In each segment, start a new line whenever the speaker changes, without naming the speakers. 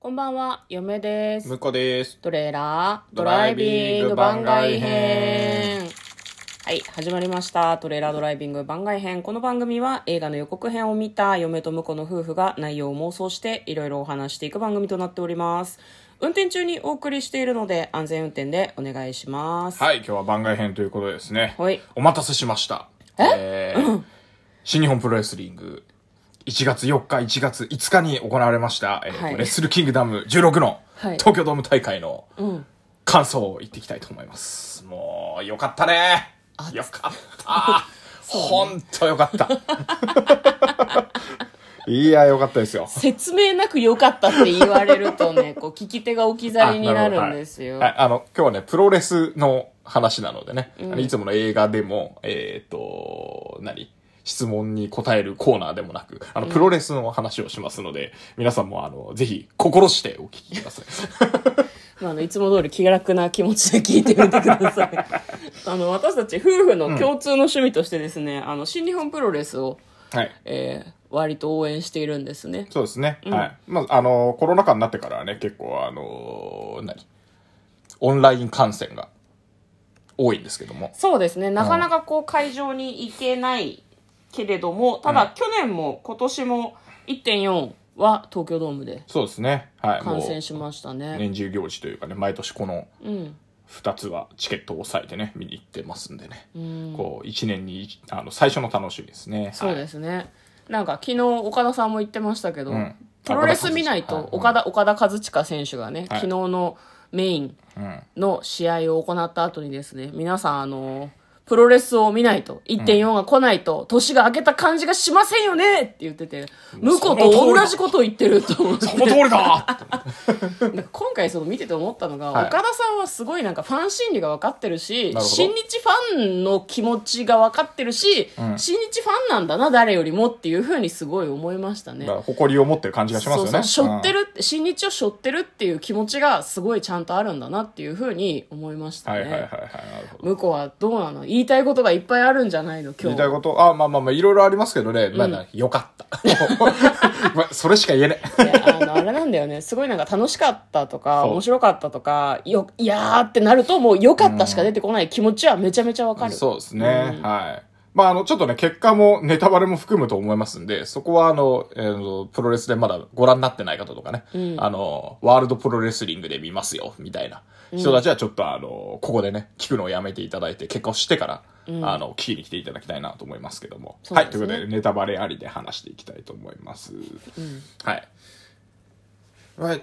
こんばんは、嫁です。
向こうです。
トレーラードライビング番外編。はい、始まりました。トレーラードライビング番外編。この番組は映画の予告編を見た嫁と婿の夫婦が内容を妄想していろいろお話していく番組となっております。運転中にお送りしているので安全運転でお願いします。
はい、今日は番外編ということですね。
はい
お待たせしました。えー新日本プロレスリング、1月4日、1月5日に行われました、えーと
はい
レッスルキングダム16の、
はい
東京ドーム大会の感想を言っていきたいと思います。もう、よかったね。よか った。ほんとよか った。いや、よかったですよ。
説明なく良かったって言われるとね、こう聞き手が置き去りになるんですよ。
あなるほどはいはいあの、今日はね、プロレスの話なのでね、あのいつもの映画でも、えっ、と、何質問に答えるコーナーでもなく、あの、プロレスの話をしますので、皆さんも、あの、ぜひ、心してお聞きください。
まあ、あのいつも通り気楽な気持ちで聞いてみてください あの私たち夫婦の共通の趣味としてですね、あの新日本プロレスを、
はい。
えー割と応援しているんですね
そうですね。はい。まあ、あの、コロナ禍になってからはね、結構、あの、何オンライン観戦が多いんですけども。
そうですねなかなかこう会場に行けないけれどもただ去年も今年も1.4は東京ドームで
そうですね。はい。もう
観戦しましたね
年中行事というかね、毎年この、
うん
2つはチケットを押さえてね見に行ってますんでね、こう1年に一あの最初の楽しみですね
そう
す、
ですね、なんか昨日岡田さんも言ってましたけど、
うん
プロレス見ないと岡
岡
田,、岡田和親選手がね、昨日のメイン
はいうん
の試合を行った後にですね、皆さん、あの、プロレスを見ないと、1.4が来ないと、年が明けた感じがしませんよねって言ってて、向こうと同じことを言ってると思って。
その通 りだ
なんか今回その見てて思ったのが、
はい
岡田さんはすごいなんかファン心理が分かってるし
なるほど
新日ファンの気持ちが分かってるし、
ん
新日ファンなんだな誰よりもっていうふうにすごい思いましたね
だから誇りを持ってる感じがしますよね
そうそう背負ってるって、新日を背負ってるっていう気持ちがすごいちゃんとあるんだなっていうふうに思いまし
うん
た
は
ね、
いはいはいはいなるほど
向こうはどうなの言いたいことがいっぱいあるんじゃないの今
言いたい
日
ことあまあまあまあいろいろありますけどね、まあなよかった まあそれしか言えない
いやあのあれなんだよねすごいなんか楽しかったとか
そう
面白かったとかよいやーってなるともう良かったしか出てこない気持ちはめちゃめちゃわかる、
そうですね、はいまあ、あの、ちょっとね、結果もネタバレも含むと思いますんで、そこは、あの、えーの、プロレスでまだご覧になってない方とかね、あの、ワールドプロレスリングで見ますよ、みたいな人たちは、ちょっと、あの、ここでね、聞くのをやめていただいて、結果をしてから、あの、聞きに来ていただきたいなと思いますけども。
そう
はい、
で
と
す
いう
ね
ことで、ネタバレありで話していきたいと思います。はい。はい。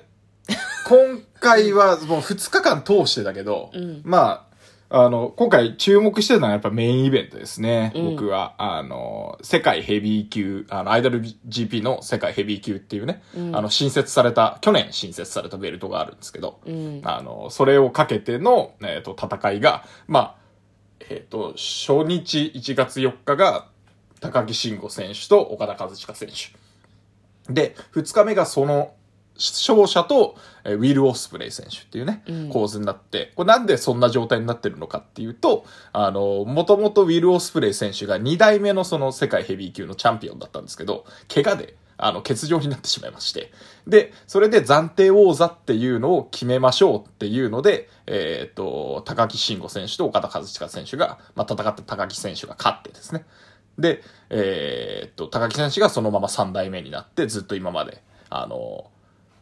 今回はもう2日間通してだけど、まあ、あの、今回注目してたのはやっぱメインイベントですね。僕は、あの、世界ヘビー級、あの、IWGP の世界ヘビー級っていうね、あの、新設された、去年新設されたベルトがあるんですけど、あの、それをかけての、えっ、と、戦いが、まあ、えっ、と、初日1月4日が、高木慎吾選手と岡田和親選手。で、二日目がその勝者と、えーウィル・オスプレイ選手っていうね、構図になって、これなんでそんな状態になってるのかっていうと、あの、もともとウィル・オスプレイ選手が2代目のその世界ヘビー級のチャンピオンだったんですけど、怪我で、あの、欠場になってしまいまして。で、それで暫定王座っていうのを決めましょうっていうので、えーっと、高木慎吾選手と岡田和親選手が、まあ、戦って高木選手が勝ってですね。で、えーっと、高木選手がそのまま3代目になって、ずっと今まで、あの、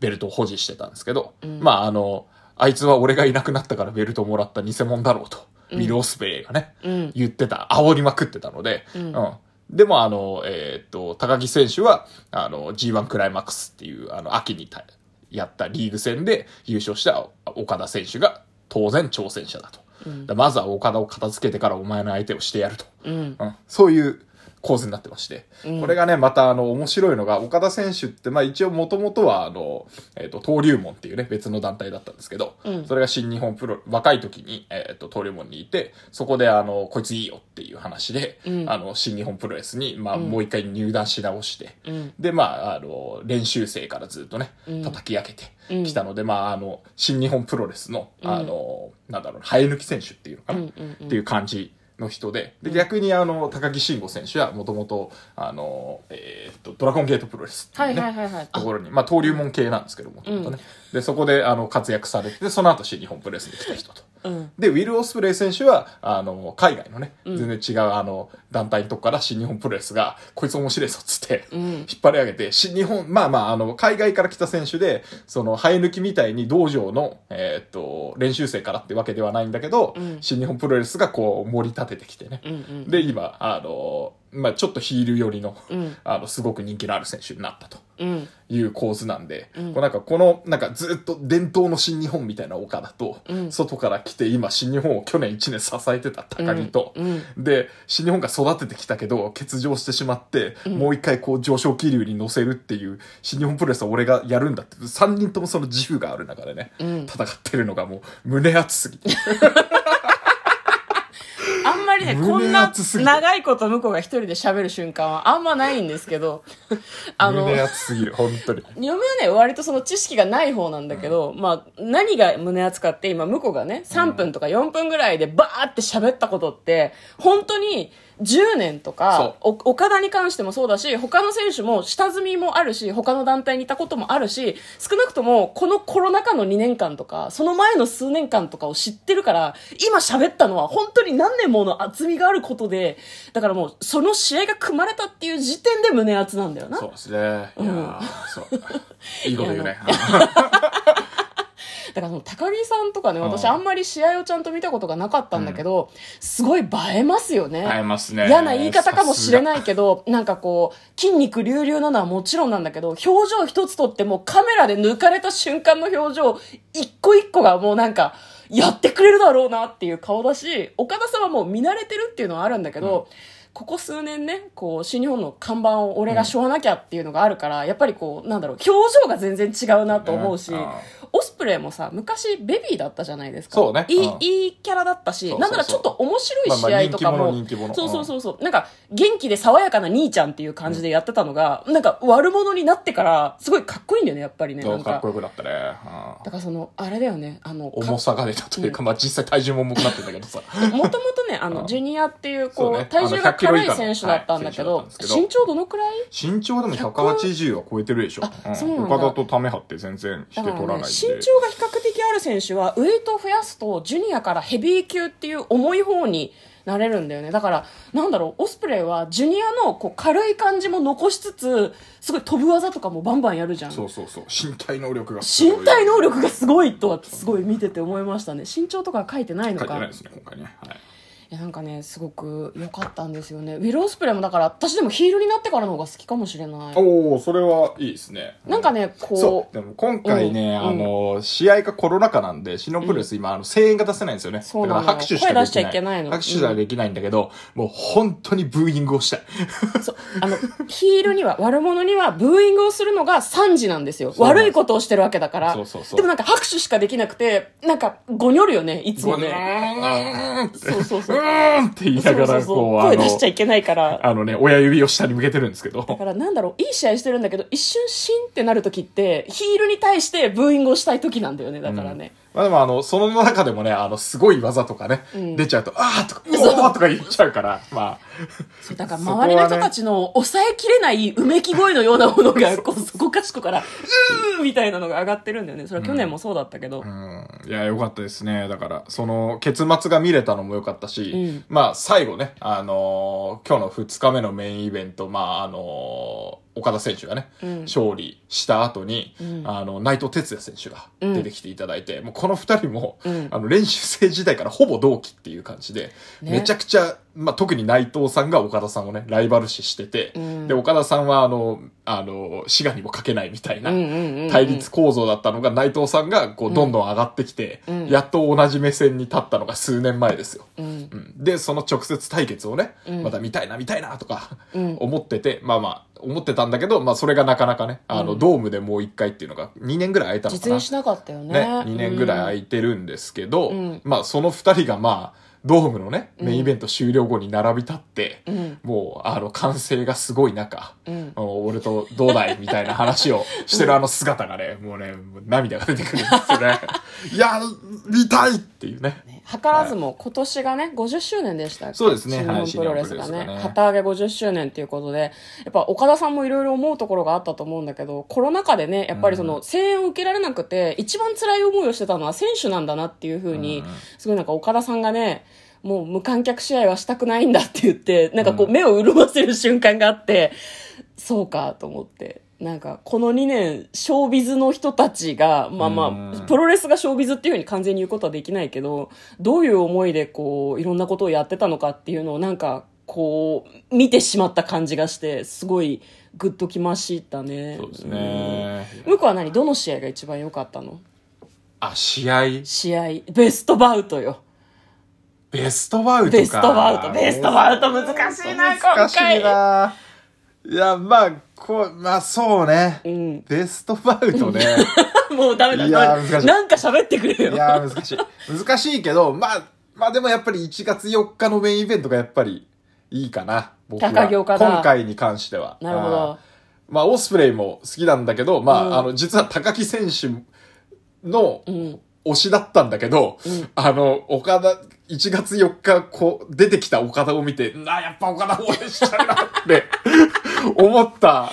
ベルトを保持してたんですけど、まあ、あの、あいつは俺がいなくなったからベルトもらった偽物だろうと、ウィル・オスプレイがね、
うん
言ってた、煽りまくってたので、
ん
うんでも、あの、えーっと、高木選手は、あの、G1 クライマックスっていう、あの、秋にたやったリーグ戦で優勝した岡田選手が、当然挑戦者だと。だまずは岡田を片付けてからお前の相手をしてやると。
うん
うんそういう構図になってまして、これがね、またあの、面白いのが、岡田選手って、まあ一応もともとは、あの、えっ、と、登竜門っていうね、別の団体だったんですけど、それが新日本プロ、若い時に、えっ、と、登竜門にいて、そこであの、こいついいよっていう話で、あの、新日本プロレスに、まあ、もう一回入団し直して、で、まあ、あの、練習生からずっとね、叩き上げてきたので、まあ、あの、新日本プロレスの、あの、なんだろうな、生え抜き選手っていうのかな、っていう感じの人で、で、逆にあの、高木慎吾選手はもともと、あの、えーっと、ドラゴンゲートプロレスって
は
いう
い
ね
はいはいはい。
ところに、まあ、登竜門系なんですけども、元々ねで、そこで、あの、活躍されて、その後、新日本プロレスに来た人と。
あうん。
で、ウィル・オスプレイ選手は、あの、海外のね、全然違う、あの、団体のとこから新日本プロレスが、こいつ面白いぞっつって、
ん
引っ張り上げて、新日本、まあまあ、あの、海外から来た選手で、その、生え抜きみたいに道場の、えーっと、練習生からってわけではないんだけど、
うん
新日本プロレスがこう、盛り立ててきてね。
うんうん。
で、今、あの、まあちょっとヒール寄りの、
うん
あの、すごく人気のある選手になったと。
うん。
いう構図なんで、
うん
こうなんかこの、なんかずっと伝統の新日本みたいな岡田と、
うん
外から来て今新日本を去年1年支えてた高木と、
うん
で、新日本が育ててきたけど、欠場してしまって、もう一回こう上昇気流に乗せるっていう、新日本プロレスは俺がやるんだって、3人ともその自負がある中でね、
うん
戦ってるのがもう胸熱すぎて。
あんまりね、こん
胸
な
熱すぎる
長いこと向こうが一人で喋る瞬間はあんまないんですけど、 あの、
胸熱すぎる、本当に。
嫁はね、割とその知識がない方なんだけど、まあ、何が胸熱かって、今、向こうがね、3分とか4分ぐらいでバーって喋ったことって、本当に10年とか、お岡田に関してもそうだし、他の選手も下積みもあるし、他の団体にいたこともあるし、少なくともこのコロナ禍の2年間とか、その前の数年間とかを知ってるから、今喋ったのは本当に何年もの厚みがあることで、だからもう、その試合が組まれたっていう時点で胸熱なんだよな。
そうですね。いやーそう。いいこと言うね。
だからその高木さんとかね、
うん
私あんまり試合をちゃんと見たことがなかったんだけど、すごい映えますよね。
会えますね。
嫌な言い方かもしれ
い
ないけど、なんかこう、筋肉隆々なのはもちろんなんだけど、表情一つとってもカメラで抜かれた瞬間の表情、一個一個がもうなんか、やってくれるだろうなっていう顔だし、岡田さんはもう見慣れてるっていうのはあるんだけど、ここ数年ね、こう、新日本の看板を俺が背負わなきゃっていうのがあるから、やっぱりこう、なんだろう、表情が全然違うなと思うし、
ねあ
オスプレイもさ、昔ベビーだったじゃないですか。
そうね
いい
うん、
いいキャラだったし、
そうそうそ
な
う
んならちょっと面白い
まあまあ
試合とかも、
人気者人気者
そうそうそうそう、なんか元気で爽やかな兄ちゃんっていう感じでやってたのが、なんか悪者になってから、すごいかっこいいんだよね、やっぱりね。
そ
な
うんかっ
か
こ。よくなったね。うん
だからその、あれだよね、あの、
重さが出たというか、まあ実際体重も重くなってんだけどさ。
もともとね、あの、ジュニアっていう、こう、
そうね
体重が軽い
あの100キロ以下の
選手だったんだけど、
はい選手だったんですけど
身長どのくらい
身長でも180は超えてるでしょ。
あそうなんだ
岡田とため張って全然して
だ
取
からら、ね、身
ないんで。
長が比較的ある選手はウエイトを増やすとジュニアからヘビー級っていう重い方になれるんだよねだからなんだろうオスプレイはジュニアのこう軽い感じも残しつつすごい飛ぶ技とかもバンバンやるじゃん
そうそうそう。身体能力がすごい。
身体能力がすごいとはすごい見てて思いましたね身長とか書いてないの
書いて
か
ないですね、今回ね。はい。
いやなんかねすごく良かったんですよねウィル・オスプレイもだから私でもヒールになってからの方が好きかもしれない
おおそれはいいですね。
なんかね
そ
こ
う。でも今回
う
ね、
ん
あの、試合がコロナ禍なんで、シノプロレス今、あの、声援が出せないんですよね。
そうなの
だから拍手しかできない。
声出しちゃいけないの
拍手しかできないんだけど、もう本当にブーイングをしたい。
そうあのヒールには悪者にはブーイングをするのが惨事なんですよ
そうなんです
悪いことをしてるわけだから
そうそうそう
でもなんか拍手しかできなくてなんかごにょるよねいつも
う
ね
ーんって
そうそうそう
うーんって言いな
そ
が
う
ら、
そう
こう、あ
声出しちゃ
の、
いけないから
あのね、親指を下に向けてるんですけ
だ
ど、
からなんだろういい試合してるんだけど一瞬シンってなる時ってヒールに対してブーイングをしたい時なんだよねだからね、
まあでもあの、その中でもね、あの、すごい技とかね、
ん
出ちゃうと、あーとか、うおーとか言っちゃうから、ま
そうだから
そこは
周
ね
りの人たちの抑えきれないうめき声のようなも のがこうそこかしこからうーみたいなのが上がってるんだよねそれは去年もそうだったけど、
あ、うん、いや、よかったですね。だから、その、結末が見れたのもよかったし、
うん
まあ、最後ね、あのー今日の2日目のメインイベント、まあ、あのー岡田選手がね、
うん
勝利した後に、
うん
あの、内藤哲也選手が出てきていただいて、もうこの二人も、
うん
あの、練習生時代からほぼ同期っていう感じで、
ね
めちゃくちゃ、まあ、特に内藤さんが岡田さんをね、ライバル視してて、
うん
で、岡田さんは、あの、あの、滋賀にもかけないみたいな、
うんうんうんうん
対立構造だったのが、内藤さんが、こう、どんどん上がってきて、
うん
やっと同じ目線に立ったのが数年前ですよ。
うん
うんで、その直接対決をね、
うん
また見たいな、見たいな、とか
うん、
思ってて、まあまあ、思ってたんだけど、まあ、それがなかなかね、あの、ドームでもう一回っていうのが、2年ぐらい空いたのか
実
な。
現しなかったよね
ね、2年ぐらい空いてるんですけど、
うん
まあ、その2人が、まあ、ドームのね、
うん
メインイベント終了後に並び立って、
うん
もう、あの、歓声がすごい中、
うん
あの俺とどうだいみたいな話をしてるあの 姿がね、もうね、もう涙が出てくるんですよね。いや、見たいっていうね。
ね図らずも今年がね、50周年でしたっけ
そうですね
新日
はい
本プロレスが
新日本プロレスが
ね
ね、
旗揚げ50周年ということで、やっぱ岡田さんもいろいろ思うところがあったと思うんだけど、コロナ禍でね、やっぱりその声援を受けられなくて、一番辛い思いをしてたのは選手なんだなっていうふうに、すごいなんか岡田さんがね、もう無観客試合はしたくないんだって言って、なんかこう目を潤ませる瞬間があって、そうかと思って。なんか、この2年、ショービズの人たちが、まあまあ、
うん
プロレスがショービズっていうふうに完全に言うことはできないけど、どういう思いでこう、いろんなことをやってたのかっていうのをなんか、こう、見てしまった感じがして、すごい、グッときましたね。
そうですね。
うん。向こうは何どの試合が一番良かったの
あ、試合、
試合、ベストバウトよ。
ベストバウトか。
ベストバウト、ベストバウト難しいな、今
難しい
回。
ないや、まあ、こう、まあそうね。
ん
ベストバウトね。
もうダメだ、
いや
ダメ
ー
だ
難しい
なんか喋ってくれよ。
い やー難しい。難しいけど、まあ、まあでもやっぱり1月4日のメインイベントがやっぱりいいかな。僕は
高木岡田
今回に関しては。
なるほど
あー。まあ、オスプレイも好きなんだけど、まあ、
うん
あの、実は高木選手の
ん
推しだったんだけど、あの、岡田、1月4日、こう、出てきた岡田を見て、なあ、やっぱ岡田応援した いなって、思った、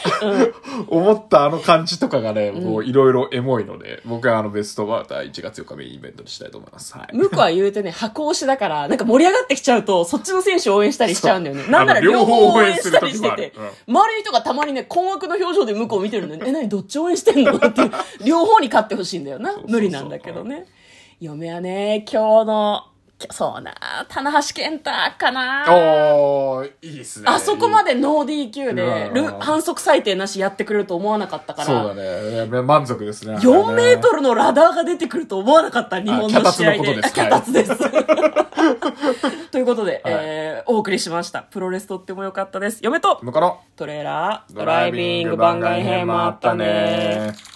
思ったあの感じとかがね、もういろいろエモいので、僕はあの、ベストバーター1月4日メインイベントにしたいと思います。はい。
向こうは言うてね、箱推しだから、なんか盛り上がってきちゃうと、そっちの選手を応援したりしちゃうんだよね。
そう
なんなら
あの
両
両
方
方
応
応
援
援
し
す
た
る
りし
時
て
もある
て、周りの人がたまにね、困惑の表情で向こうを見てるのに、え、何どっち応援してんのって いう、両方に勝ってほしいんだよな
う。そうそう
無理なんだけどね。嫁はね、今日の、きょそうな、棚橋健太かな。
おー、いいですね。
あそこまでノー DQ で、
うん
ル反則裁定なしやってくれると思わなかったから、
そうだね。満足ですね。
4メートルのラダーが出てくると思わなかった日本の試合で。
あ
あ
脚
脚立
立
です。 ということで、
はい
えーお送りしました。プロレスとっても良かったです。嫁と
ル。向こうの
トレーラー、ド
ド
ラ
ラ
イ
イ
ビ
ビ
ング
ング
番
番
外
外
編
編
も
も
あ
あ
っ
ったた
ね
ね。